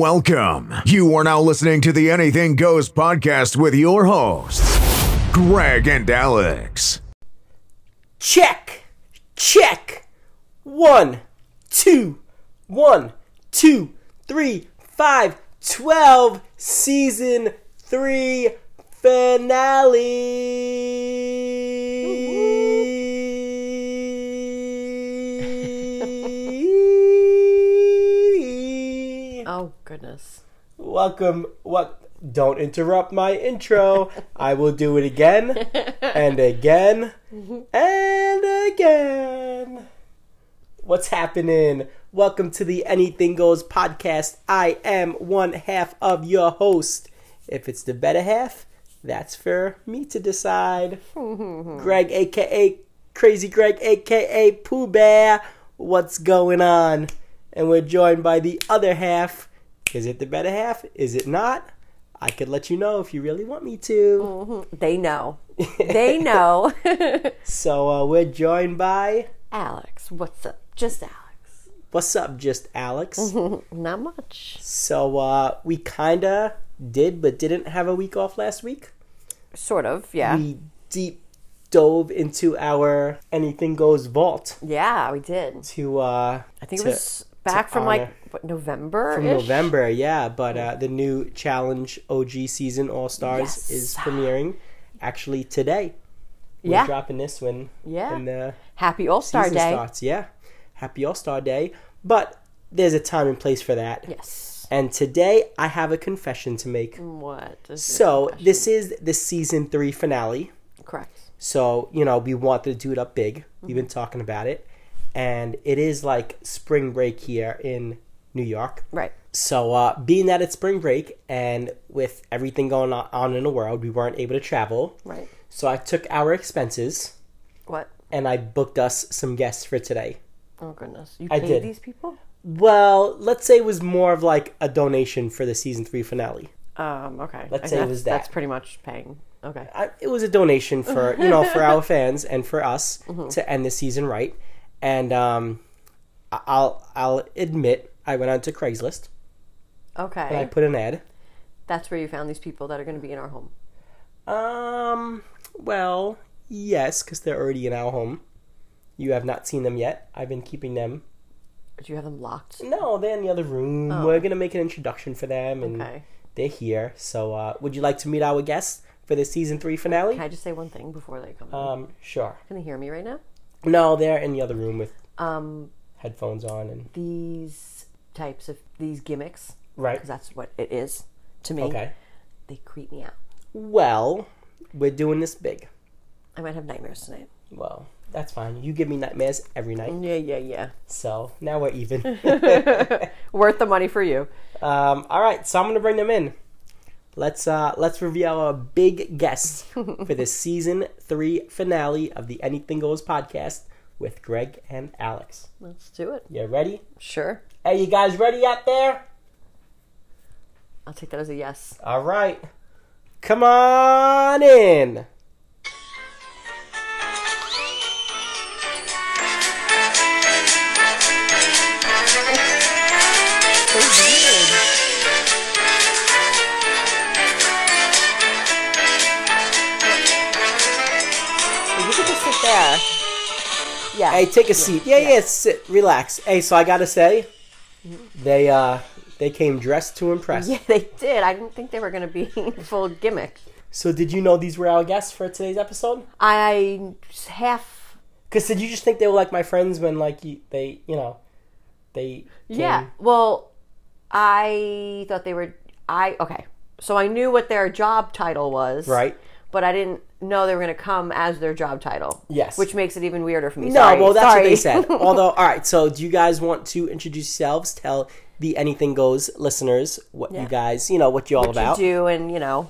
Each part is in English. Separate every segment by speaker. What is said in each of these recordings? Speaker 1: Welcome. You are now listening to the Anything Goes podcast with your hosts, Greg and Alex.
Speaker 2: Check, check. One, two, one, two, three, five, twelve. Season three finale.
Speaker 3: Oh goodness.
Speaker 2: Welcome. What? Don't interrupt my intro. I will do it again and again and again. What's happening? Welcome to the Anything Goes podcast. I am one half of your host. If it's the better half, that's for me to decide. Greg, aka Crazy Greg, aka Pooh Bear. What's going on? And we're joined by the other half. Is it the better half? Is it not? I could let you know if you really want me to.
Speaker 3: Mm. They know. They know.
Speaker 2: So uh, we're joined by
Speaker 3: Alex, what's up? Just Alex.
Speaker 2: what's up, just Alex.
Speaker 3: Mm-hmm. Not much.
Speaker 2: so uh, we kinda did, but didn't have a week off last week.
Speaker 3: Sort of, yeah.
Speaker 2: We deep dove into our anything goes vault
Speaker 3: yeah, we did.
Speaker 2: to uh,
Speaker 3: I think
Speaker 2: to-
Speaker 3: it was back
Speaker 2: to
Speaker 3: from
Speaker 2: honor.
Speaker 3: like what, November.
Speaker 2: from November, yeah. But uh, the new Challenge OG Season All Stars
Speaker 3: Oh. Yes.
Speaker 2: is premiering actually today. We're
Speaker 3: Yeah.
Speaker 2: dropping this one.
Speaker 3: Yeah.
Speaker 2: In the
Speaker 3: Happy All Star
Speaker 2: season
Speaker 3: Day.
Speaker 2: starts. Yeah. Happy All Star Day. But there's a time and place for that.
Speaker 3: Yes. Mm,
Speaker 2: And today I have a confession to make.
Speaker 3: What? Is
Speaker 2: So this is the season three finale.
Speaker 3: it? correct.
Speaker 2: So, you know, we want to do it up big. We've
Speaker 3: Mm-hmm.
Speaker 2: been talking about it. And it is like spring break here in New York.
Speaker 3: Right.
Speaker 2: So, uh, being that it's spring break and with everything going on- on in the world, we weren't able to travel.
Speaker 3: Right.
Speaker 2: So, I took our expenses
Speaker 3: What?
Speaker 2: and I booked us some guests for today.
Speaker 3: Oh goodness. You
Speaker 2: I
Speaker 3: paid
Speaker 2: did.
Speaker 3: these people?
Speaker 2: Well, let's say it was more of like a donation for the season three finale.
Speaker 3: Um, okay.
Speaker 2: Let's
Speaker 3: I
Speaker 2: say it
Speaker 3: guess
Speaker 2: was that.
Speaker 3: That's pretty much paying. Okay.
Speaker 2: I, it was a donation for you know for our fans and for us to end the season right. And um, I- I'll I'll admit I went onto Craigslist and I
Speaker 3: Okay.
Speaker 2: put an ad.
Speaker 3: That's where you found these people that are going to be in our home.
Speaker 2: Um, well, yes, because they're already in our home. You have not seen them yet. I've been keeping them.
Speaker 3: Do you have them locked?
Speaker 2: No, they're in the other room. We're gonna make an introduction for them, and
Speaker 3: Oh. Okay.
Speaker 2: they're here. So, uh, would you like to meet our guests for the season three finale?
Speaker 3: Can I just say one thing before they come? in?
Speaker 2: Um, sure.
Speaker 3: Can they hear me right now?
Speaker 2: No, they're in the other room with
Speaker 3: Um,
Speaker 2: headphones on and
Speaker 3: these types of these gimmicks
Speaker 2: right.
Speaker 3: because that's what it is to me.
Speaker 2: Okay.
Speaker 3: They creep me out.
Speaker 2: Well, we're doing this big.
Speaker 3: I might have nightmares tonight.
Speaker 2: Well, that's fine. You give me nightmares every night,
Speaker 3: Yeah, yeah, yeah.
Speaker 2: so now we're even.
Speaker 3: Worth the money for you.
Speaker 2: um, all right, so I'm gonna bring them in. Let's uh, let's reveal our big guests for the season three finale of the Anything Goes podcast with Greg and Alex.
Speaker 3: Let's do it.
Speaker 2: You ready?
Speaker 3: Sure.
Speaker 2: Are you guys ready out there?
Speaker 3: I'll take that as a yes.
Speaker 2: All right, come on in.
Speaker 3: You could just sit there. Yeah.
Speaker 2: Hey, take a seat. Yeah, yeah, sit, relax. Hey, so I gotta say, they uh, they came dressed to impress.
Speaker 3: yeah, they did. I didn't think they were going to be full gimmick.
Speaker 2: So did you know these were our guests for today's episode?
Speaker 3: I half.
Speaker 2: Because did you just think they were like my friends when like you, they, you know, they? came-
Speaker 3: Yeah. Well, I thought they were. I okay. So I knew what their job title was.
Speaker 2: Right.
Speaker 3: but I didn't know they were going to come as their job title.
Speaker 2: Yes.
Speaker 3: Which makes it even weirder for me.
Speaker 2: No,
Speaker 3: Sorry.
Speaker 2: well that's
Speaker 3: Sorry.
Speaker 2: what they said. Although, all right. So do you guys want to introduce yourselves? Tell the Anything Goes listeners what you
Speaker 3: Yeah.
Speaker 2: guys, you know, what you all
Speaker 3: You
Speaker 2: about.
Speaker 3: do, and you know,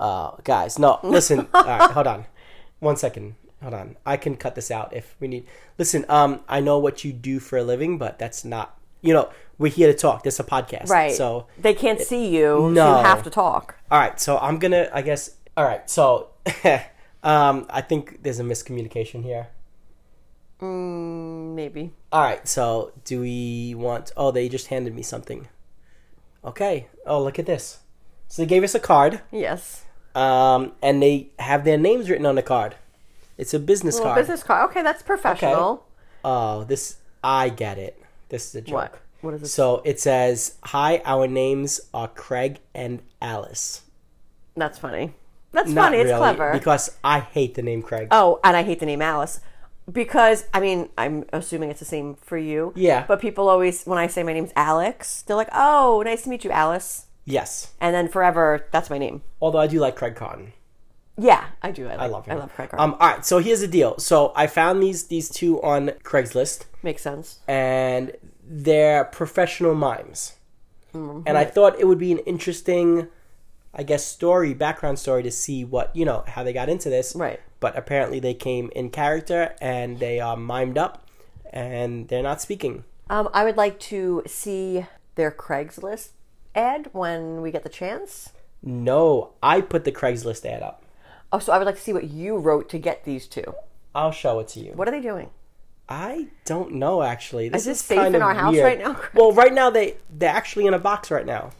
Speaker 2: Uh, guys, no, listen. all right, hold on. One second. Hold on. I can cut this out if we need. Listen, um, I know what you do for a living, but that's not. You know, we're here to talk. This is a podcast,
Speaker 3: right?
Speaker 2: So,
Speaker 3: they can't see you.
Speaker 2: No.
Speaker 3: so you have to talk.
Speaker 2: all right. So I'm gonna. I guess. All right. So, um, I think there's a miscommunication here.
Speaker 3: Maybe Mm,
Speaker 2: All right. So, do we want? Oh, they just handed me something. Okay. Oh, look at this. So they gave us a card,
Speaker 3: Yes.
Speaker 2: um, and they have their names written on the card. It's a business
Speaker 3: Little
Speaker 2: card.
Speaker 3: business card. Okay, that's professional.
Speaker 2: Oh, this I get it. This is a joke.
Speaker 3: What? What is it?
Speaker 2: So it says, "Hi, our names are Craig and Alice."
Speaker 3: That's funny. That's
Speaker 2: Not
Speaker 3: funny. It's
Speaker 2: really,
Speaker 3: clever.
Speaker 2: because I hate the name Craig.
Speaker 3: oh, and I hate the name Alice because I mean I'm assuming it's the same for you.
Speaker 2: Yeah.
Speaker 3: But people always when I say my name's Alex, they're like, "Oh, nice to meet you, Alice."
Speaker 2: Yes,
Speaker 3: And then forever, that's my name.
Speaker 2: although I do like Craig Cotton.
Speaker 3: Yeah, I do. I, like,
Speaker 2: I love him.
Speaker 3: I love Craig. Carr.
Speaker 2: Um, all right, so here's the deal. So I found these these two on Craigslist,
Speaker 3: Makes sense.
Speaker 2: and they're professional mimes.
Speaker 3: Mm-hmm.
Speaker 2: And I thought it would be an interesting, I guess, story, background story to see what you know how they got into this.
Speaker 3: Right.
Speaker 2: But apparently they came in character and they are mimed up, and they're not speaking.
Speaker 3: Um, I would like to see their Craigslist ad when we get the chance.
Speaker 2: No, I put the Craigslist ad up.
Speaker 3: Oh, so I would like to see what you wrote to get these two.
Speaker 2: I'll show it to you.
Speaker 3: What are they doing?
Speaker 2: I don't know actually. This
Speaker 3: Is it
Speaker 2: is,
Speaker 3: safe
Speaker 2: kind
Speaker 3: in
Speaker 2: of
Speaker 3: our house
Speaker 2: weird.
Speaker 3: right now?
Speaker 2: Well, right now they they're actually in a box right now.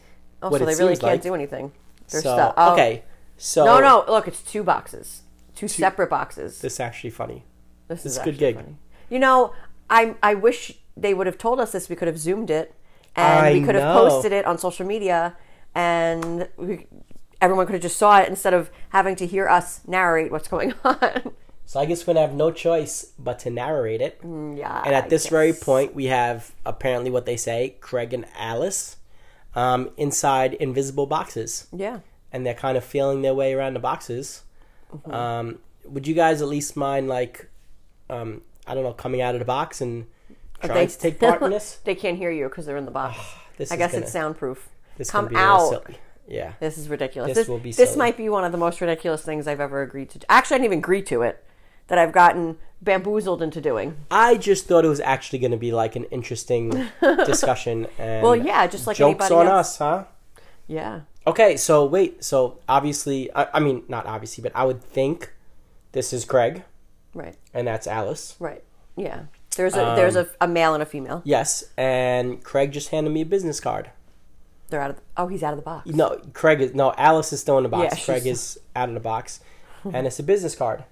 Speaker 3: Oh,
Speaker 2: What
Speaker 3: so
Speaker 2: it
Speaker 3: they really
Speaker 2: seems
Speaker 3: can't
Speaker 2: like.
Speaker 3: do anything. They're
Speaker 2: So
Speaker 3: stuck. Oh.
Speaker 2: okay, so
Speaker 3: No, no. Look, it's two boxes, two, separate boxes.
Speaker 2: this is actually funny.
Speaker 3: This
Speaker 2: is
Speaker 3: is
Speaker 2: a good
Speaker 3: actually
Speaker 2: gig.
Speaker 3: funny. You know, I I wish they would have told us this. We could have zoomed it, and
Speaker 2: I
Speaker 3: we could have
Speaker 2: know.
Speaker 3: posted it on social media, and we, everyone could have just saw it instead of having to hear us narrate what's going on.
Speaker 2: So I guess we're gonna have no choice but to narrate it.
Speaker 3: Mm, yeah.
Speaker 2: And at
Speaker 3: I
Speaker 2: this
Speaker 3: guess.
Speaker 2: very point, we have apparently what they say, Craig and Alice, um, inside invisible boxes,
Speaker 3: yeah,
Speaker 2: and they're kind of feeling their way around the boxes.
Speaker 3: Mm-hmm.
Speaker 2: Um, would you guys at least mind like, um, I don't know, coming out of the box and trying
Speaker 3: they-
Speaker 2: to take part in this?
Speaker 3: they can't hear you because they're in the box.
Speaker 2: Ah, This
Speaker 3: I
Speaker 2: is
Speaker 3: guess
Speaker 2: gonna-
Speaker 3: it's soundproof.
Speaker 2: This
Speaker 3: Come
Speaker 2: can be a little
Speaker 3: out.
Speaker 2: silly. Yeah.
Speaker 3: This is ridiculous.
Speaker 2: This
Speaker 3: This,
Speaker 2: will be
Speaker 3: this
Speaker 2: silly.
Speaker 3: might be one of the most ridiculous things I've ever agreed to. Actually, I didn't even agree to it. That I've gotten bamboozled into doing.
Speaker 2: I just thought it was actually going to be like an interesting discussion. And
Speaker 3: Well, yeah, just like
Speaker 2: jokes
Speaker 3: anybody
Speaker 2: on
Speaker 3: else.
Speaker 2: us, huh?
Speaker 3: Yeah.
Speaker 2: Okay, so wait, so obviously, I, I mean, not obviously, but I would think this is Craig
Speaker 3: Right.
Speaker 2: and that's Alice.
Speaker 3: Right. Yeah. There's a there's a, a male and a female.
Speaker 2: Yes, and Craig just handed me a business card.
Speaker 3: They're out of the, oh he's out of the box.
Speaker 2: No, Craig is no Alice is still in the box.
Speaker 3: Yeah, she's-
Speaker 2: Craig is out of the box, and it's a business card.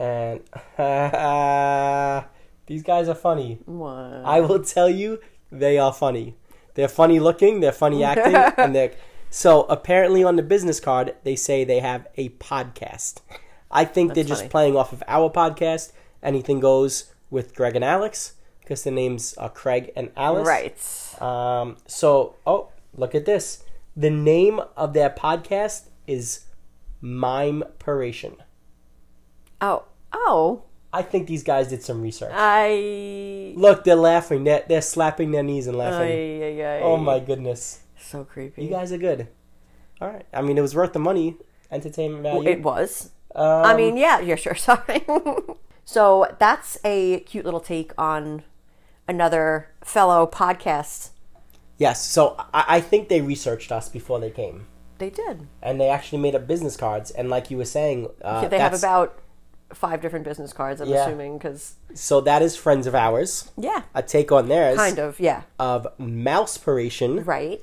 Speaker 2: And these guys are funny.
Speaker 3: What?
Speaker 2: I will tell you, they are funny. They're funny looking, they're funny acting, and they're so apparently on the business card they say they have a podcast. I think they're just
Speaker 3: funny.
Speaker 2: playing off of our podcast. Anything goes with Greg and Alex because the names are Craig and Alice.
Speaker 3: Right.
Speaker 2: Um, so oh, look at this. The name of their podcast is Mime Paration.
Speaker 3: Oh oh
Speaker 2: I think these guys did some research.
Speaker 3: I.
Speaker 2: Look, they're laughing. They're, they're slapping their knees and
Speaker 3: Ay,
Speaker 2: laughing.
Speaker 3: ay, ay.
Speaker 2: Oh my goodness.
Speaker 3: So creepy.
Speaker 2: You guys are good. All right. I mean, it was worth the money. Entertainment value.
Speaker 3: Oh, It was.
Speaker 2: Um,
Speaker 3: I mean, yeah, yeah, sure. Sorry. so that's a cute little take on another fellow podcast.
Speaker 2: yes. So I, I think they researched us before they came,
Speaker 3: They did.
Speaker 2: and they actually made up business cards. And like you were saying, uh,
Speaker 3: they have
Speaker 2: that's-
Speaker 3: about five different business cards. I'm
Speaker 2: Yeah.
Speaker 3: assuming because
Speaker 2: So that is friends of ours.
Speaker 3: yeah,
Speaker 2: A take on theirs
Speaker 3: kind of yeah,
Speaker 2: of Mousepiration,
Speaker 3: right.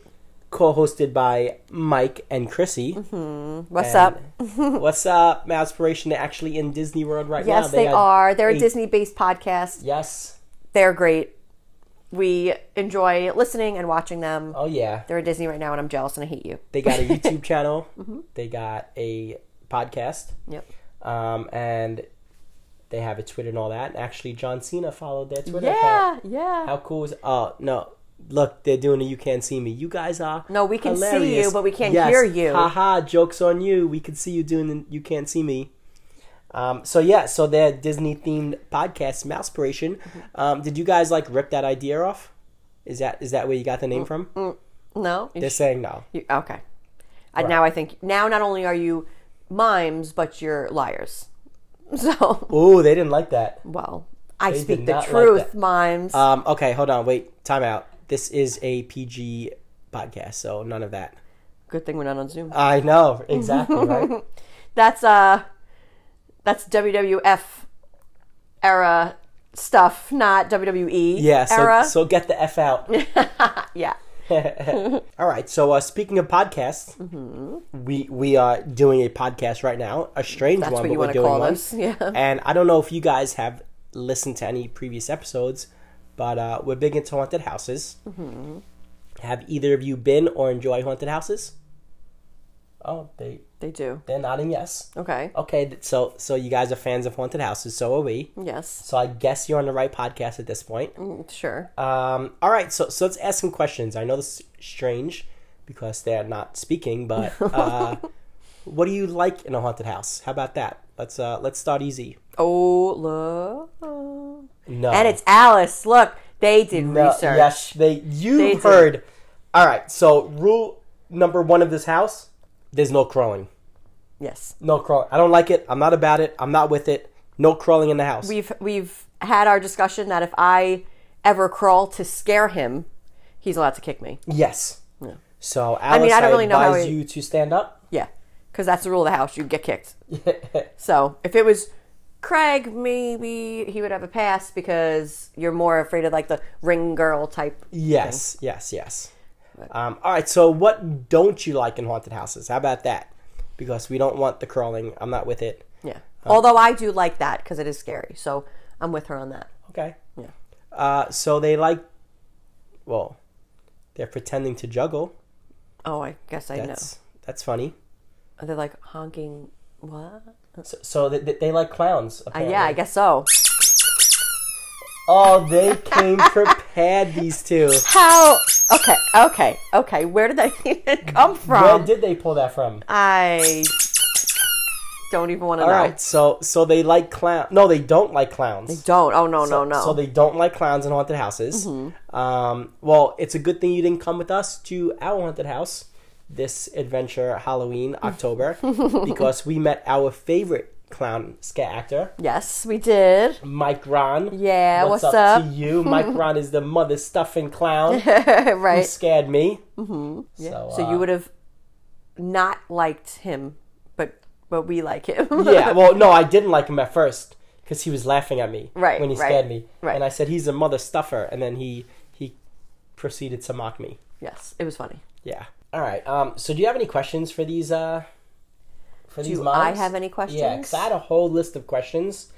Speaker 2: co-hosted by Mike and Chrissy.
Speaker 3: What's up?
Speaker 2: What's up, Mousepiration? They're actually in Disney World right now.
Speaker 3: Yes, they, are. They're a Disney based podcast.
Speaker 2: Yes.
Speaker 3: They're great. We enjoy listening and watching them.
Speaker 2: Oh yeah.
Speaker 3: They're at Disney right now, and I'm jealous and I hate you.
Speaker 2: They got a YouTube channel.
Speaker 3: Mm-hmm.
Speaker 2: They got a podcast.
Speaker 3: Yep.
Speaker 2: um, and they have a Twitter and all that. And actually, John Cena followed their Twitter account.
Speaker 3: Yeah, yeah.
Speaker 2: How cool is? Oh no! Look, they're doing a You Can't See Me. You guys are
Speaker 3: No, we can see
Speaker 2: hilarious.
Speaker 3: you, but we can't
Speaker 2: Yes.
Speaker 3: hear you.
Speaker 2: Ha ha! Jokes on you. We can see you doing the You Can't See Me. Um, so yeah, so their Disney themed podcast, Mousepiration.
Speaker 3: Mm-hmm.
Speaker 2: Um, did you guys like rip that idea off? Is that is that where you got the
Speaker 3: Mm,
Speaker 2: name from?
Speaker 3: No, you
Speaker 2: They're saying no.
Speaker 3: You, okay. I Now I think now not only are you mimes, but you're liars. So
Speaker 2: Oh, they didn't like that.
Speaker 3: well, I
Speaker 2: did
Speaker 3: speak the
Speaker 2: not like
Speaker 3: truth,
Speaker 2: that.
Speaker 3: mimes.
Speaker 2: Um, okay, hold on, wait, time out. This is a PG podcast, so none of that.
Speaker 3: Good thing we're not on Zoom.
Speaker 2: I know exactly right.
Speaker 3: that's uh, that's WWF era stuff, not WWE
Speaker 2: Yeah, so,
Speaker 3: era.
Speaker 2: so get the f out.
Speaker 3: yeah.
Speaker 2: All right. So uh, speaking of podcasts, we we are doing a podcast right now, a strange
Speaker 3: Mm-hmm.
Speaker 2: one,
Speaker 3: That's what
Speaker 2: but
Speaker 3: you
Speaker 2: we're
Speaker 3: wanna
Speaker 2: doing
Speaker 3: call
Speaker 2: one.
Speaker 3: this, yeah.
Speaker 2: And I don't know if you guys have listened to any previous episodes, but uh, we're big into haunted houses.
Speaker 3: Mm-hmm.
Speaker 2: Have either of you been or enjoy haunted houses? Oh, they
Speaker 3: They do.
Speaker 2: they're nodding yes.
Speaker 3: Okay.
Speaker 2: Okay, th- so so you guys are fans of haunted houses, so are we.
Speaker 3: Yes.
Speaker 2: So I guess you're on the right podcast at this point.
Speaker 3: Sure.
Speaker 2: Um, all right, so so let's ask some questions. I know this is strange because they're not speaking, but uh, what do you like in a haunted house? How about that? Let's uh, let's start easy.
Speaker 3: Ola.
Speaker 2: No,
Speaker 3: And it's Alice. Look, they did
Speaker 2: No,
Speaker 3: research.
Speaker 2: Yes, they you
Speaker 3: They did.
Speaker 2: heard. All right, so rule number one of this house: there's no crawling,
Speaker 3: Yes.
Speaker 2: no crawling. I don't like it. I'm not about it. I'm not with it. No crawling in the house.
Speaker 3: We've we've had our discussion that if I ever crawl to scare him, he's allowed to kick me.
Speaker 2: yes. So Alice, I,
Speaker 3: mean, I don't really know how
Speaker 2: advise
Speaker 3: he-
Speaker 2: you to stand up.
Speaker 3: Yeah, because that's the rule of the house. You get kicked. so if it was Craig, maybe he would have a pass because you're more afraid of like the ring girl type.
Speaker 2: Yes, yes, yes. Um, all right, so what don't you like in haunted houses? How about that? Because we don't want the crawling. I'm not with it.
Speaker 3: Yeah. Although I do like that because it is scary. So I'm with her on that.
Speaker 2: Okay. Yeah. Uh, so they like, well, they're pretending to juggle.
Speaker 3: Oh, I guess I know.
Speaker 2: That's that's funny.
Speaker 3: Are they like honking? What?
Speaker 2: So, so they, they like clowns.
Speaker 3: Uh,
Speaker 2: Apparently.
Speaker 3: yeah, I guess so.
Speaker 2: Oh, they came prepared. These two.
Speaker 3: How? Okay, okay, okay. Where did that even come
Speaker 2: Where
Speaker 3: from?
Speaker 2: did they pull that from?
Speaker 3: I don't even want to
Speaker 2: All
Speaker 3: know.
Speaker 2: right. So so they like clown. No, they don't like clowns.
Speaker 3: Don't. Oh no, no, no.
Speaker 2: So they don't like clowns in haunted houses.
Speaker 3: Mm-hmm.
Speaker 2: Um, well, it's a good thing you didn't come with us to our haunted house this adventure Halloween October because we met our favorite clown scare actor
Speaker 3: yes, we did.
Speaker 2: Mike Ron.
Speaker 3: Yeah,
Speaker 2: what's,
Speaker 3: what's
Speaker 2: up, to
Speaker 3: up?
Speaker 2: you? Mike Ron is the mother stuffing clown. He
Speaker 3: right.
Speaker 2: scared me. Mm-hmm. So, uh,
Speaker 3: So you would have not liked him, but but we like him.
Speaker 2: yeah. Well, no, I didn't like him at first because he was laughing at me
Speaker 3: Right,
Speaker 2: when he
Speaker 3: right,
Speaker 2: scared me,
Speaker 3: right.
Speaker 2: and I said he's a mother stuffer, and then he he proceeded to mock me.
Speaker 3: yes, it was funny.
Speaker 2: Yeah. All right. Um. So, do you have any questions for these? Uh, for these
Speaker 3: I
Speaker 2: moms?
Speaker 3: have any questions?
Speaker 2: Yeah, because I had a whole list of questions,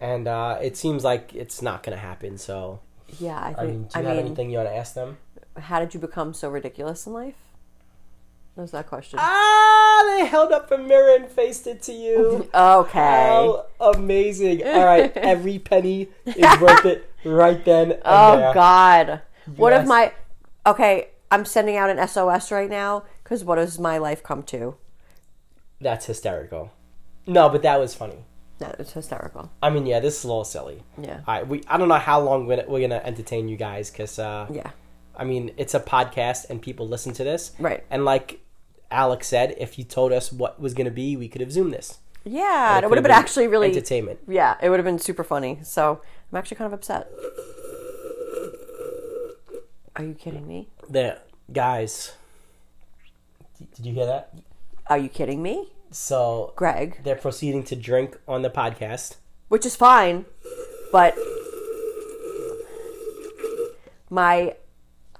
Speaker 2: and uh, it seems like it's not going to happen. So,
Speaker 3: Yeah, I
Speaker 2: I mean,
Speaker 3: think.
Speaker 2: do
Speaker 3: I
Speaker 2: you
Speaker 3: mean,
Speaker 2: have anything you want to ask them?
Speaker 3: how did you become so ridiculous in life? That was that question.
Speaker 2: Ah, they held up a mirror and faced it to you.
Speaker 3: okay.
Speaker 2: How amazing! All right, every penny is worth it right then. And
Speaker 3: Oh
Speaker 2: there.
Speaker 3: God! What if
Speaker 2: guys-
Speaker 3: my okay? I'm sending out an SOS right now because what does my life come to?
Speaker 2: That's hysterical. No, but that was funny.
Speaker 3: That is hysterical.
Speaker 2: I mean, yeah, this is a little silly.
Speaker 3: Yeah.
Speaker 2: All right, we I don't know how long we're gonna, we're gonna entertain you guys because uh,
Speaker 3: Yeah.
Speaker 2: I mean, it's a podcast and people listen to this.
Speaker 3: Right.
Speaker 2: And like Alex said, if you told us what was going to be, we could have zoomed this.
Speaker 3: Yeah, it,
Speaker 2: could've
Speaker 3: would have been
Speaker 2: been
Speaker 3: actually really
Speaker 2: entertainment.
Speaker 3: Yeah, it would have been super funny. So I'm actually kind of upset. Are you kidding me?
Speaker 2: There, guys. D- Did you hear that?
Speaker 3: Are you kidding me,
Speaker 2: So
Speaker 3: Greg?
Speaker 2: they're proceeding to drink on the podcast.
Speaker 3: Which is fine, but my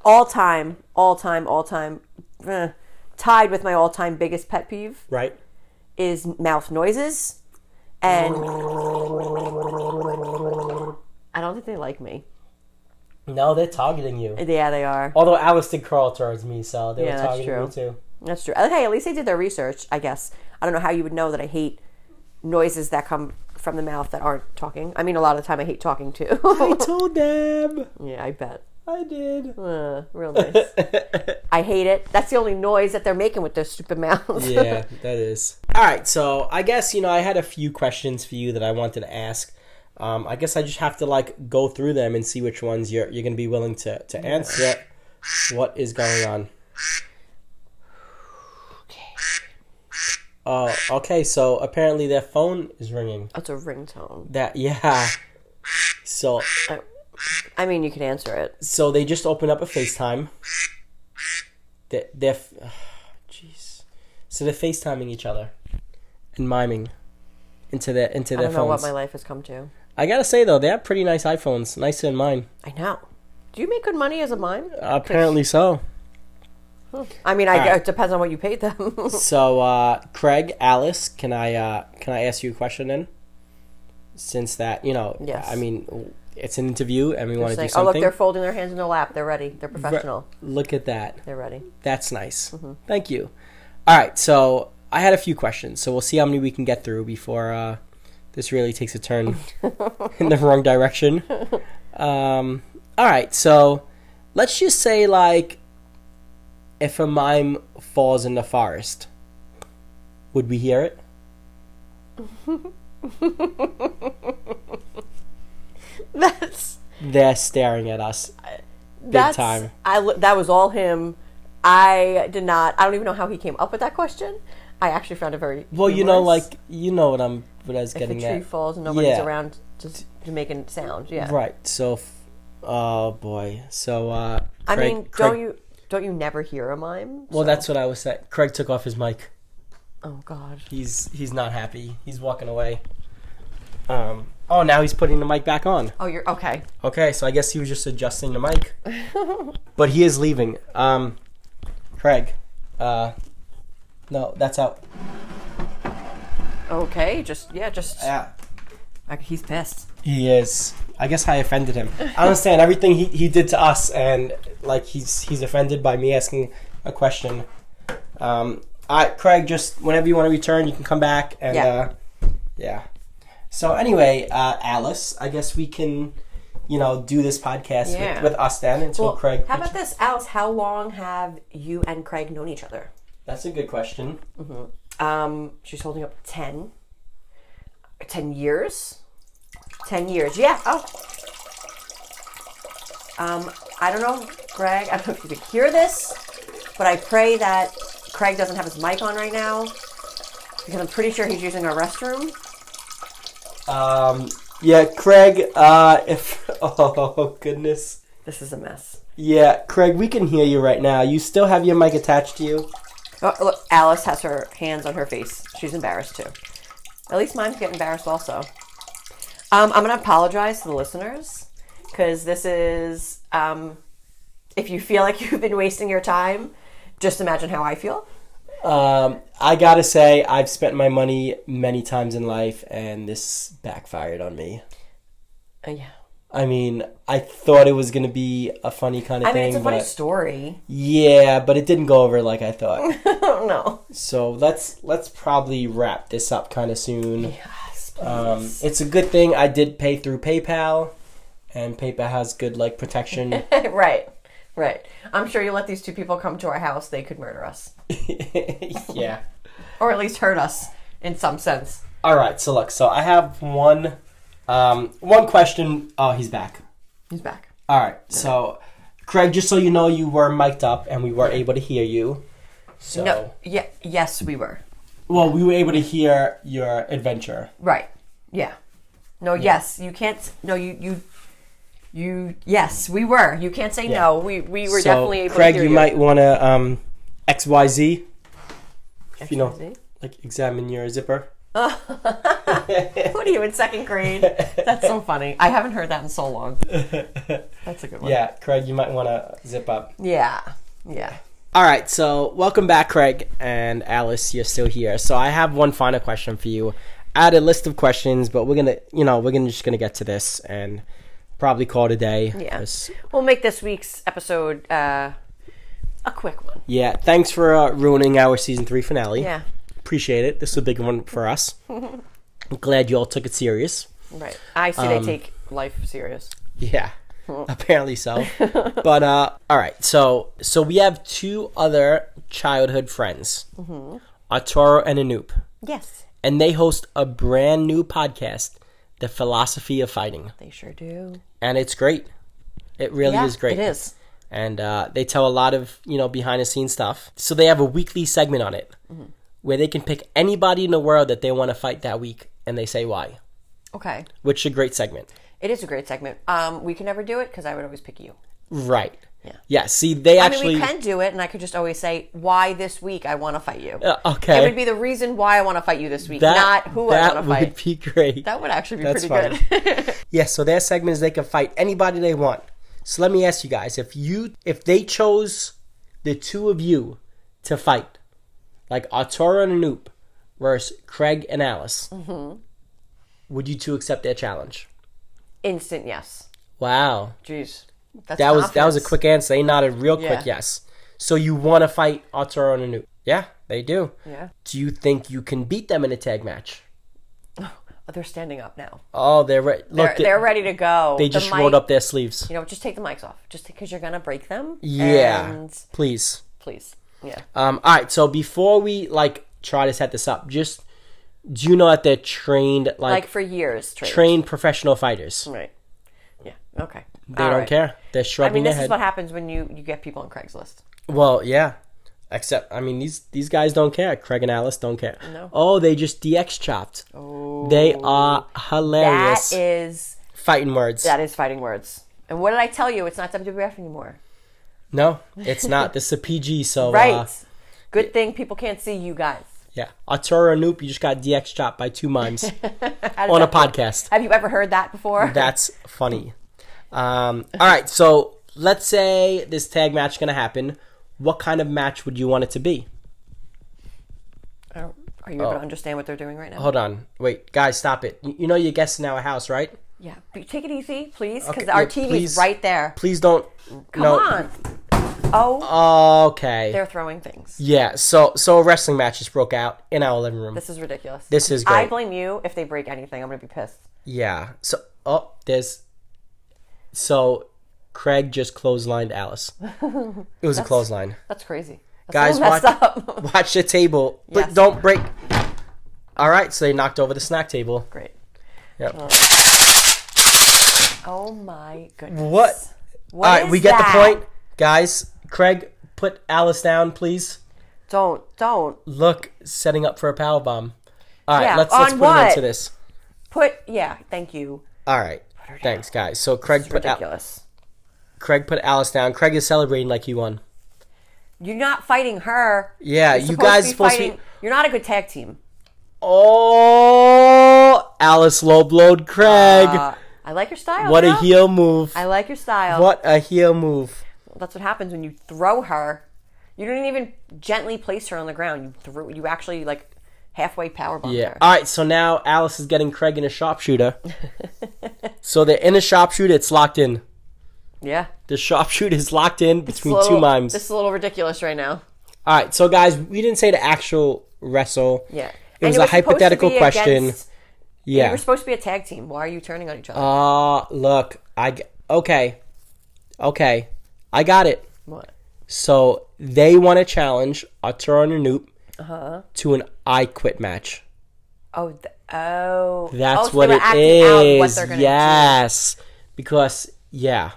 Speaker 3: all-time, all-time, all-time, eh, tied with my all-time biggest pet peeve
Speaker 2: Right.
Speaker 3: is mouth noises and I don't think they like me.
Speaker 2: No, they're targeting you.
Speaker 3: Yeah, they are.
Speaker 2: Although Alex did crawl towards me, so they
Speaker 3: Yeah,
Speaker 2: were
Speaker 3: that's
Speaker 2: targeting me
Speaker 3: true.
Speaker 2: too.
Speaker 3: That's true. Okay, at least they did their research, I guess. I don't know how you would know that I hate noises that come from the mouth that aren't talking. I mean, a lot of the time I hate talking too.
Speaker 2: I told them.
Speaker 3: yeah, I bet.
Speaker 2: I did.
Speaker 3: Uh, real nice. I hate it. That's the only noise that they're making with their stupid mouths.
Speaker 2: yeah, that is. All right, so I guess you know I had a few questions for you that I wanted to ask. Um, I guess I just have to like go through them and see which ones you're you're gonna be willing to to answer. what is going on? Oh, okay. So apparently their phone is ringing.
Speaker 3: That's a ringtone.
Speaker 2: That yeah. So
Speaker 3: I, I mean, you can answer it.
Speaker 2: so they just opened up a FaceTime. They they're f- jeez. So they're FaceTiming each other and miming into their into
Speaker 3: I
Speaker 2: their
Speaker 3: don't know what
Speaker 2: phones.
Speaker 3: my life has come to.
Speaker 2: I gotta say though, they have pretty nice iPhones, nicer than mine.
Speaker 3: I know. Do you make good money as a mime?
Speaker 2: Apparently so.
Speaker 3: I mean, I
Speaker 2: right.
Speaker 3: it depends on what you paid them.
Speaker 2: So, uh, Craig, Alice, can I uh, can I ask you a question then? Since that, you know,
Speaker 3: Yes.
Speaker 2: I mean, it's an interview and we want to do
Speaker 3: Saying, oh, look,
Speaker 2: something.
Speaker 3: they're folding their hands in their lap. They're ready. They're professional.
Speaker 2: Look at that.
Speaker 3: They're ready.
Speaker 2: That's nice.
Speaker 3: Mm-hmm.
Speaker 2: Thank you. All right, so I had a few questions, so we'll see how many we can get through before uh, this really takes a turn in the wrong direction. Um, all right, so let's just say like if a mime falls in the forest, would we hear it?
Speaker 3: That's
Speaker 2: They're staring at us.
Speaker 3: that's
Speaker 2: time.
Speaker 3: I li- that was all him. I did not. I don't even know how he came up with that question. I actually found it very
Speaker 2: Well, you know,
Speaker 3: humorous.
Speaker 2: like you know what I'm what I was
Speaker 3: if a
Speaker 2: getting
Speaker 3: tree
Speaker 2: at.
Speaker 3: falls and nobody's
Speaker 2: Yeah.
Speaker 3: around, just to make a sound. Yeah.
Speaker 2: Right. So, f- oh boy. So, uh,
Speaker 3: I
Speaker 2: Craig-
Speaker 3: mean,
Speaker 2: Craig-
Speaker 3: don't you don't you never hear a mime?
Speaker 2: Well, that's what I was saying. Craig took off his mic.
Speaker 3: oh god.
Speaker 2: He's he's not happy. He's walking away. Um. Oh, now he's putting the mic back on.
Speaker 3: Oh, you're okay.
Speaker 2: Okay, so I guess he was just adjusting the mic. but he is leaving. Um, Craig. Uh, no, that's out.
Speaker 3: Okay, just yeah, just
Speaker 2: Yeah.
Speaker 3: I- he's pissed.
Speaker 2: He is. I guess I offended him. I understand everything he, he did to us, and like he's he's offended by me asking a question. Um, I Craig, just whenever you want to return, you can come back and
Speaker 3: Yeah.
Speaker 2: uh, yeah. So anyway, uh, Alice, I guess we can, you know, do this podcast
Speaker 3: Yeah.
Speaker 2: with, with us then until
Speaker 3: Well,
Speaker 2: Craig.
Speaker 3: how about this, Alice? How long have you and Craig known each other?
Speaker 2: That's a good question.
Speaker 3: Um, she's holding up 10. 10 years? 10 years, yeah. Oh. Um, I don't know, Greg, I don't know if you could hear this, but I pray that Craig doesn't have his mic on right now because I'm pretty sure he's using our restroom.
Speaker 2: Um, yeah, Craig. Uh, if oh goodness.
Speaker 3: This is a mess.
Speaker 2: Yeah, Craig, we can hear you right now. You still have your mic attached to you.
Speaker 3: Oh, look, Alice has her hands on her face. She's embarrassed too. At least mine's get embarrassed also. Um, I'm going to apologize to the listeners because this is, um, if you feel like you've been wasting your time, just imagine how I feel.
Speaker 2: Um, I gotta say, I've spent my money many times in life, and this backfired on me.
Speaker 3: Uh, yeah.
Speaker 2: I mean, I thought it was gonna be a funny kind of
Speaker 3: I mean,
Speaker 2: thing,
Speaker 3: it's a
Speaker 2: but
Speaker 3: funny story.
Speaker 2: yeah, but it didn't go over like I thought.
Speaker 3: I don't know.
Speaker 2: so let's let's probably wrap this up kind of soon.
Speaker 3: Yes,
Speaker 2: Um, it's a good thing I did pay through PayPal, and PayPal has good like protection.
Speaker 3: right, right. I'm sure you let these two people come to our house, they could murder us.
Speaker 2: yeah.
Speaker 3: Or at least hurt us in some sense.
Speaker 2: All right. So look, so I have one um, one question. Oh, he's back.
Speaker 3: He's back.
Speaker 2: All right. So, Craig, just so you know, you were mic'd up and we were able to hear you. So,
Speaker 3: No, yeah, yes, we were.
Speaker 2: well, we were able to hear your adventure.
Speaker 3: Right. Yeah. No, yes, you can't no you you you yes, we were. You can't say no. We we were
Speaker 2: so,
Speaker 3: definitely able
Speaker 2: Craig,
Speaker 3: to hear
Speaker 2: you
Speaker 3: you.
Speaker 2: might want to um, X Y Z, if you know,
Speaker 3: XYZ?
Speaker 2: like examine your zipper.
Speaker 3: What are you in second grade? That's so funny. I haven't heard that in so long. That's a good one.
Speaker 2: Yeah, Craig, you might want to zip up.
Speaker 3: Yeah. Yeah.
Speaker 2: All right, so welcome back, Craig and Alice. You're still here. So I have one final question for you. I had a list of questions, but we're gonna, you know, we're gonna just gonna get to this and probably call it a day.
Speaker 3: Yeah.
Speaker 2: 'cause
Speaker 3: We'll make this week's episode uh a quick one.
Speaker 2: Yeah, thanks for uh, ruining our season three finale.
Speaker 3: Yeah.
Speaker 2: Appreciate it. This was a big one for us. I'm glad you all took it serious.
Speaker 3: Right. I see
Speaker 2: Um,
Speaker 3: they take life serious.
Speaker 2: Yeah, apparently so. but uh, all right, so so we have two other childhood friends, Arturo and Anoop,
Speaker 3: Yes.
Speaker 2: and they host a brand new podcast, The Philosophy of Fighting,
Speaker 3: They sure do.
Speaker 2: and it's great. It really
Speaker 3: Yeah,
Speaker 2: is great.
Speaker 3: It is.
Speaker 2: and uh, they tell a lot of you know behind the scenes stuff. So they have a weekly segment on it where they can pick anybody in the world that they want to fight that week, and they say why,
Speaker 3: Okay.
Speaker 2: which is a great segment,
Speaker 3: It is a great segment. Um we can never do it cuz I would always pick you.
Speaker 2: right?
Speaker 3: Yeah.
Speaker 2: Yeah. See, they
Speaker 3: I
Speaker 2: actually.
Speaker 3: mean, we can do it, and I could just always say why this week I want to fight you.
Speaker 2: Uh, okay.
Speaker 3: It would be the reason why I want to fight you this week, not who I
Speaker 2: that
Speaker 3: want to
Speaker 2: would
Speaker 3: fight.
Speaker 2: be great.
Speaker 3: that would actually be
Speaker 2: That's
Speaker 3: pretty good.
Speaker 2: yeah. So their segment is they can fight anybody they want. So let me ask you guys: if you if they chose the two of you to fight, like Arturo and Anoop versus Craig and Alice,
Speaker 3: Mm-hmm.
Speaker 2: would you two accept their challenge?
Speaker 3: Instant yes.
Speaker 2: Wow,
Speaker 3: Jeez. That's
Speaker 2: that was that was a
Speaker 3: confidence.
Speaker 2: quick answer. They nodded real
Speaker 3: Yeah.
Speaker 2: quick. Yes. So you want to fight Arturo and Anoop? Yeah, they do.
Speaker 3: Yeah.
Speaker 2: Do you think you can beat them in a tag match?
Speaker 3: Oh, they're standing up now.
Speaker 2: Oh, they're re-
Speaker 3: They're,
Speaker 2: look. they-
Speaker 3: they're ready to go.
Speaker 2: they
Speaker 3: The
Speaker 2: just
Speaker 3: mic-
Speaker 2: rolled up their sleeves.
Speaker 3: You know, just take the mics off, just because you're gonna break them.
Speaker 2: Yeah.
Speaker 3: And
Speaker 2: Please.
Speaker 3: please. Yeah.
Speaker 2: Um, all right. So before we like try to set this up, just do you know that they're trained like,
Speaker 3: Like for years, trained.
Speaker 2: trained professional fighters?
Speaker 3: Right. Yeah. Okay.
Speaker 2: They don't care. They're
Speaker 3: I
Speaker 2: shrugging
Speaker 3: mean,
Speaker 2: their
Speaker 3: this
Speaker 2: head.
Speaker 3: is what happens when you you get people on Craigslist.
Speaker 2: well, yeah. Except, I mean, these these guys don't care. Craig and Alice don't care.
Speaker 3: No.
Speaker 2: Oh, they just DX chopped. Oh. They are
Speaker 3: That
Speaker 2: hilarious.
Speaker 3: is
Speaker 2: Fighting words.
Speaker 3: that is fighting words. And what did I tell you? It's not WWF anymore.
Speaker 2: no, it's not. this is a PG. So
Speaker 3: Right.
Speaker 2: Uh,
Speaker 3: Good thing people can't see you guys.
Speaker 2: yeah. Arturo Noop, you just got DX chopped by two mimes
Speaker 3: How does
Speaker 2: on a
Speaker 3: that feel?
Speaker 2: podcast.
Speaker 3: Have you ever heard that before?
Speaker 2: That's funny. Um, all right, so let's say this tag match going to happen. What kind of match would you want it to be?
Speaker 3: I don't- Are you
Speaker 2: Oh.
Speaker 3: able to understand what they're doing right now?
Speaker 2: Hold on, wait, guys, stop it. You, you know you're guessing our house, right?
Speaker 3: Yeah. But take it easy, please, because
Speaker 2: Okay,
Speaker 3: our
Speaker 2: yeah,
Speaker 3: TV's
Speaker 2: please.
Speaker 3: right there.
Speaker 2: Please don't.
Speaker 3: Come
Speaker 2: no.
Speaker 3: on. Oh,
Speaker 2: Okay.
Speaker 3: they're throwing things.
Speaker 2: yeah. So so a wrestling match just broke out in our living room.
Speaker 3: This is ridiculous.
Speaker 2: This is
Speaker 3: I
Speaker 2: great.
Speaker 3: blame you if they break anything. I'm gonna be pissed.
Speaker 2: yeah. So oh, there's. So, Craig just clotheslined Alice. It was a clothesline.
Speaker 3: That's crazy. That's
Speaker 2: Guys,
Speaker 3: so messed
Speaker 2: watch-
Speaker 3: up.
Speaker 2: Watch the table, but
Speaker 3: Yes.
Speaker 2: don't break. All right, so they knocked over the snack table.
Speaker 3: Great.
Speaker 2: Yep.
Speaker 3: Oh my goodness.
Speaker 2: What?
Speaker 3: What
Speaker 2: All right,
Speaker 3: is
Speaker 2: uh, we get
Speaker 3: that?
Speaker 2: the point, guys. Craig, put Alice down, please.
Speaker 3: Don't don't
Speaker 2: Look, setting up for a power bomb. All right,
Speaker 3: Yeah,
Speaker 2: let's let's
Speaker 3: on
Speaker 2: put
Speaker 3: what?
Speaker 2: it into this.
Speaker 3: put. Yeah, thank you.
Speaker 2: All right, thanks, guys. So Craig
Speaker 3: It's
Speaker 2: put Al-
Speaker 3: ridiculous.
Speaker 2: Craig put Alice down. Craig is celebrating like he won.
Speaker 3: You're not fighting her.
Speaker 2: Yeah,
Speaker 3: You're
Speaker 2: you guys
Speaker 3: be
Speaker 2: supposed to.
Speaker 3: fighting-
Speaker 2: be...
Speaker 3: You're not a good tag team.
Speaker 2: Oh, Alice low blowed Craig.
Speaker 3: Uh, I like your style.
Speaker 2: what a
Speaker 3: girl.
Speaker 2: heel move!
Speaker 3: I like your style.
Speaker 2: What a heel move!
Speaker 3: That's what happens when you throw her. You didn't even gently place her on the ground. You threw. You actually like halfway power bombed
Speaker 2: Yeah.
Speaker 3: her.
Speaker 2: All right. So now Alice is getting Craig in a sharpshooter. so they're in a sharpshooter. It's locked in.
Speaker 3: yeah.
Speaker 2: The sharpshooter is locked in
Speaker 3: It's a
Speaker 2: between
Speaker 3: little-
Speaker 2: two mimes.
Speaker 3: This is a little ridiculous right now.
Speaker 2: All right, so guys, we didn't say the actual wrestle.
Speaker 3: Yeah.
Speaker 2: it
Speaker 3: And
Speaker 2: was a
Speaker 3: supposed to
Speaker 2: hypothetical
Speaker 3: be
Speaker 2: question.
Speaker 3: against- You
Speaker 2: Yeah.
Speaker 3: were supposed to be a tag team. Why are you turning on each other?
Speaker 2: Ah, look, I g- okay, okay, I got it.
Speaker 3: what?
Speaker 2: So they want to challenge Arturo and Noop
Speaker 3: Uh-huh.
Speaker 2: to an I Quit match.
Speaker 3: Oh, th- oh.
Speaker 2: That's
Speaker 3: oh, so
Speaker 2: what
Speaker 3: they were
Speaker 2: it
Speaker 3: acting out what
Speaker 2: is.
Speaker 3: they're gonna
Speaker 2: yes, because yeah,
Speaker 3: do.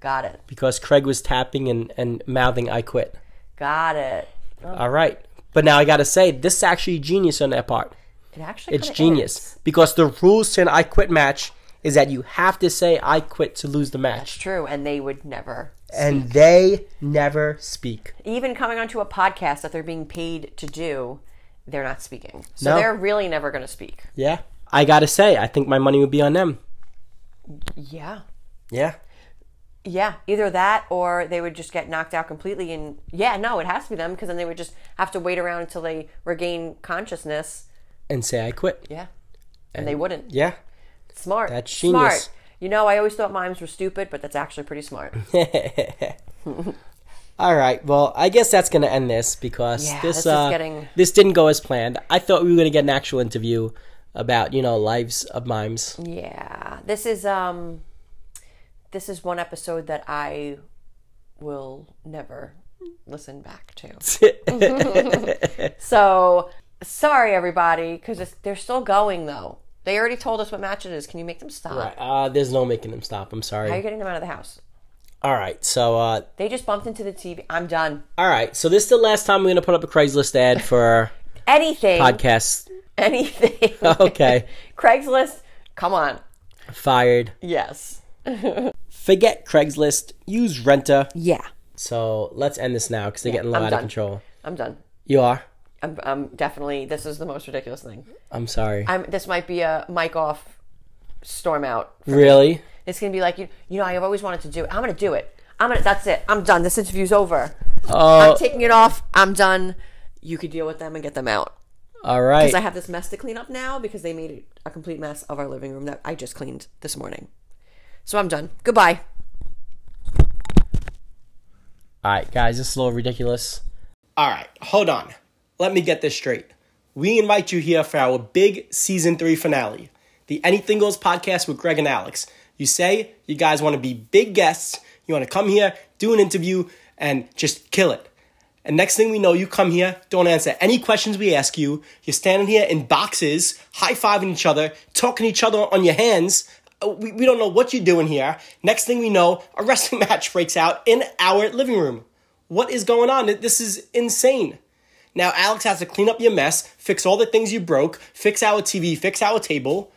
Speaker 3: Got it.
Speaker 2: because Craig was tapping and and mouthing I Quit.
Speaker 3: Got it.
Speaker 2: All right, but now I gotta say this is actually genius on their part.
Speaker 3: It actually.
Speaker 2: It's
Speaker 3: kinda
Speaker 2: genius because the rules to an I quit match is that you have to say I quit to lose the
Speaker 3: is
Speaker 2: match,
Speaker 3: True, and they would never.
Speaker 2: and they never speak.
Speaker 3: Even coming onto a podcast that they're being paid to do, they're not speaking. So
Speaker 2: No.
Speaker 3: they're really never going to speak.
Speaker 2: Yeah, I gotta say, I think my money would be on them.
Speaker 3: Yeah.
Speaker 2: Yeah,
Speaker 3: Yeah, either that or they would just get knocked out completely. And yeah, no, it has to be them because then they would just have to wait around until they regain consciousness.
Speaker 2: and say I quit.
Speaker 3: Yeah, and, they wouldn't.
Speaker 2: Yeah,
Speaker 3: Smart.
Speaker 2: that's
Speaker 3: Smart.
Speaker 2: genius.
Speaker 3: You know, I always thought mimes were stupid, but that's actually pretty smart.
Speaker 2: all right. Well, I guess that's gonna end this because
Speaker 3: Yeah,
Speaker 2: this
Speaker 3: this is
Speaker 2: uh,
Speaker 3: getting-
Speaker 2: this didn't go as planned. I thought we were gonna get an actual interview about you know lives of mimes.
Speaker 3: yeah, this is um, this is one episode that I will never listen back to. so sorry, everybody, because they're still going though. They already told us what match it is. Can you make them stop?
Speaker 2: Uh, there's no making them stop. I'm
Speaker 3: How are you
Speaker 2: sorry.
Speaker 3: getting them out of the house?
Speaker 2: All right. So uh,
Speaker 3: They just bumped into the TV. I'm done.
Speaker 2: All right, so this is the last time we're gonna put up a Craigslist ad for our
Speaker 3: Anything.
Speaker 2: podcast.
Speaker 3: Anything.
Speaker 2: Okay,
Speaker 3: Craigslist. Come on.
Speaker 2: fired.
Speaker 3: Yes.
Speaker 2: Forget Craigslist. Use Renta.
Speaker 3: Yeah.
Speaker 2: So let's end this now because they're getting a little
Speaker 3: I'm
Speaker 2: out of
Speaker 3: done.
Speaker 2: control.
Speaker 3: I'm done.
Speaker 2: You are.
Speaker 3: I'm, I'm definitely. This is the most ridiculous thing.
Speaker 2: I'm sorry.
Speaker 3: I'm. This might be a mic off, storm out.
Speaker 2: really?
Speaker 3: It's gonna be like you. You know, I've always wanted to do it. I'm gonna do it. I'm gonna. That's it. I'm done. This interview's over.
Speaker 4: Oh,
Speaker 3: I'm
Speaker 2: Uh,
Speaker 3: taking it off. I'm done. You could deal with them and get them out.
Speaker 4: all right.
Speaker 3: Because I have this mess to clean up now because they made a complete mess of our living room that I just cleaned this morning. So I'm done. Goodbye.
Speaker 4: all right, guys, this is a little ridiculous.
Speaker 2: All right, hold on. Let me get this straight. We invite you here for our big season three finale, the Anything Goes podcast with Greg and Alex. You say you guys want to be big guests, you want to come here, do an interview, and just kill it. And next thing we know, you come here, don't answer any questions we ask you. You're standing here in boxes, high fiving each other, talking to each other on your hands. Uh, We, we don't know what you're doing here. Next thing we know, a wrestling match breaks out in our living room. What is going on? This is insane. Now, Alex has to clean up your mess, fix all the things you broke, fix our TV, fix our table.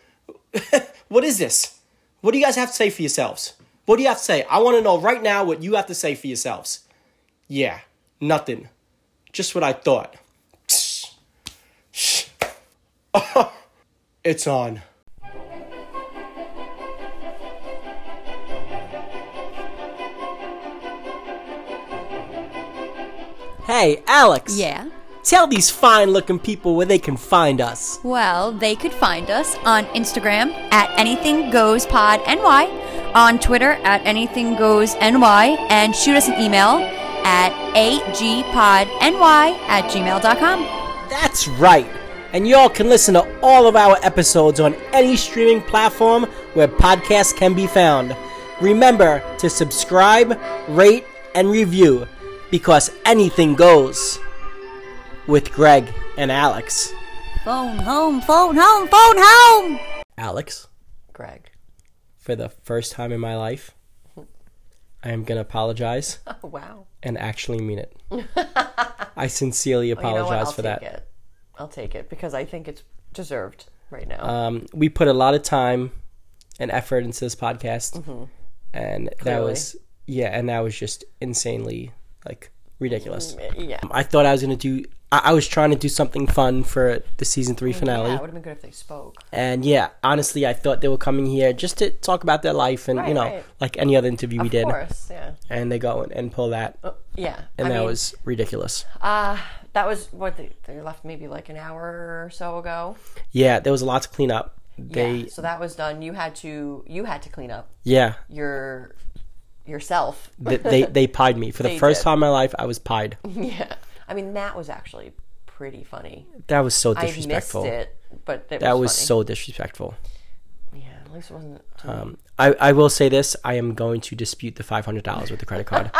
Speaker 2: what is this? What do you guys have to say for yourselves? What do you have to say? I want to know right now what you have to say for yourselves. Yeah, nothing. Just what I thought. it's on. Hey, Alex.
Speaker 5: Yeah.
Speaker 2: Tell these fine looking people where they can find us.
Speaker 5: Well, they could find us on Instagram at Anything Goes Pod NY, on Twitter at Anything Goes NY, and shoot us an email at agpodny at gmail.com.
Speaker 2: That's right. And y'all can listen to all of our episodes on any streaming platform where podcasts can be found. Remember to subscribe, rate, and review because anything goes with Greg and Alex.
Speaker 5: Phone home, phone home, phone home!
Speaker 2: Alex,
Speaker 3: Greg.
Speaker 2: for the first time in my life, I am going to apologize
Speaker 3: Oh wow.
Speaker 2: and actually mean it. I sincerely
Speaker 3: Oh, You know what?
Speaker 2: apologize
Speaker 3: I'll
Speaker 2: for
Speaker 3: take
Speaker 2: that.
Speaker 3: it. I'll take it because I think it's deserved right now.
Speaker 2: um, we put a lot of time and effort into this podcast, and that
Speaker 3: Mm-hmm. Clearly.
Speaker 2: was yeah, and that was just insanely like ridiculous. Um,
Speaker 3: yeah.
Speaker 2: I thought I was gonna do. I, I was trying to do something fun for the season three finale,
Speaker 3: Mm-hmm. Yeah, it would have been good if they spoke.
Speaker 2: and yeah, honestly, I thought they were coming here just to talk about their life and you
Speaker 3: Right,
Speaker 2: know,
Speaker 3: right.
Speaker 2: like any other interview we did,
Speaker 3: Of course, yeah.
Speaker 2: and they go and, and pull that,
Speaker 3: Yeah.
Speaker 2: and
Speaker 3: I
Speaker 2: that
Speaker 3: mean,
Speaker 2: was ridiculous.
Speaker 3: that was what they, they left maybe like an hour or so ago.
Speaker 2: Yeah, there was a lot to clean up. They
Speaker 3: yeah. So that was done. You had to you had to clean up
Speaker 2: yeah,
Speaker 3: your yourself.
Speaker 2: they they, they pied me for the
Speaker 3: They
Speaker 2: first
Speaker 3: did.
Speaker 2: time in my life. I was pied.
Speaker 3: yeah. I mean that was actually pretty funny.
Speaker 2: That was so
Speaker 3: I missed
Speaker 2: disrespectful.
Speaker 3: it, but it
Speaker 2: That was
Speaker 3: funny.
Speaker 2: so disrespectful. Um,
Speaker 3: Yeah, at least it wasn't.
Speaker 2: I, I will say this: I am going to dispute the five hundred dollars with the credit card.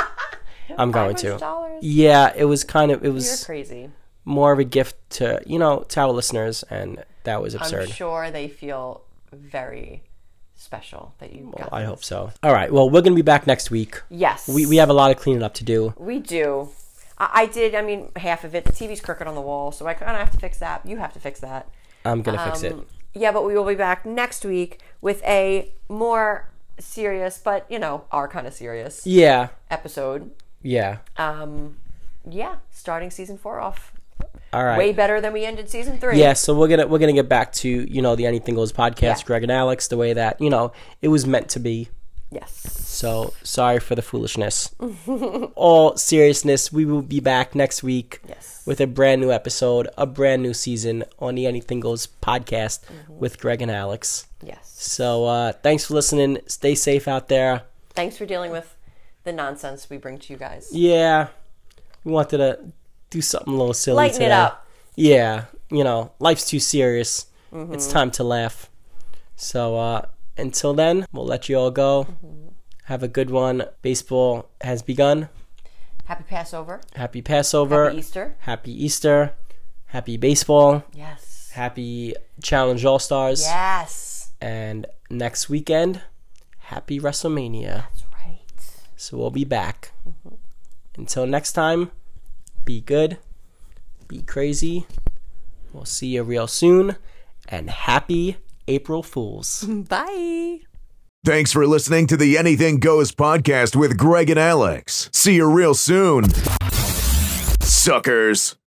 Speaker 2: I'm going to.
Speaker 3: dollars.
Speaker 2: Yeah, it was kind of it
Speaker 3: You're
Speaker 2: was
Speaker 3: crazy.
Speaker 2: more of a gift to you know to our listeners, and that was absurd.
Speaker 3: I'm sure they feel very special that you got.
Speaker 2: I hope so. All right, well, we're gonna be back next week.
Speaker 3: Yes,
Speaker 2: We we have a lot of cleaning up to do.
Speaker 3: we do. I, I did. I mean, half of it. The TV's crooked on the wall, so I kind of have to fix that. You have to fix that.
Speaker 2: I'm gonna fix
Speaker 3: Um,
Speaker 2: it.
Speaker 3: Yeah, but we will be back next week with a more serious, but you know, our kind of serious
Speaker 2: Yeah,
Speaker 3: episode.
Speaker 2: yeah.
Speaker 3: Um, yeah, starting season four off
Speaker 2: All right.
Speaker 3: way better than we ended season three.
Speaker 2: yeah, so we're gonna we're gonna get back to you know the Anything Goes podcast,
Speaker 3: Yeah.
Speaker 2: Greg and Alex, the way that you know it was meant to be.
Speaker 3: Yes.
Speaker 2: So sorry for the foolishness. All seriousness, we will be back next week
Speaker 3: Yes.
Speaker 2: with a brand new episode, a brand new season on the Anything Goes podcast
Speaker 3: Mm-hmm.
Speaker 2: with Greg and Alex.
Speaker 3: Yes.
Speaker 2: So uh, thanks for listening. Stay safe out there.
Speaker 3: Thanks for dealing with the nonsense we bring to you guys.
Speaker 2: Yeah, we wanted to do something a little silly
Speaker 3: Lighten
Speaker 2: today.
Speaker 3: it up.
Speaker 2: Yeah, you know, life's too serious.
Speaker 3: Mm-hmm.
Speaker 2: It's time to laugh. So uh, until then, we'll let you all go.
Speaker 3: Mm-hmm.
Speaker 2: Have a good one. Baseball has begun.
Speaker 3: Happy Passover.
Speaker 2: Happy Passover.
Speaker 3: Happy Easter.
Speaker 2: Happy Easter. Happy baseball.
Speaker 3: Yes.
Speaker 2: Happy Challenge All Stars.
Speaker 3: Yes.
Speaker 2: And next weekend, happy WrestleMania.
Speaker 3: That's right.
Speaker 2: So we'll be back.
Speaker 3: Mm-hmm.
Speaker 2: Until next time, be good, be crazy. We'll see you real soon. And happy April Fools.
Speaker 3: Bye.
Speaker 1: Thanks for listening to the Anything Goes podcast with Greg and Alex. See you real soon, suckers.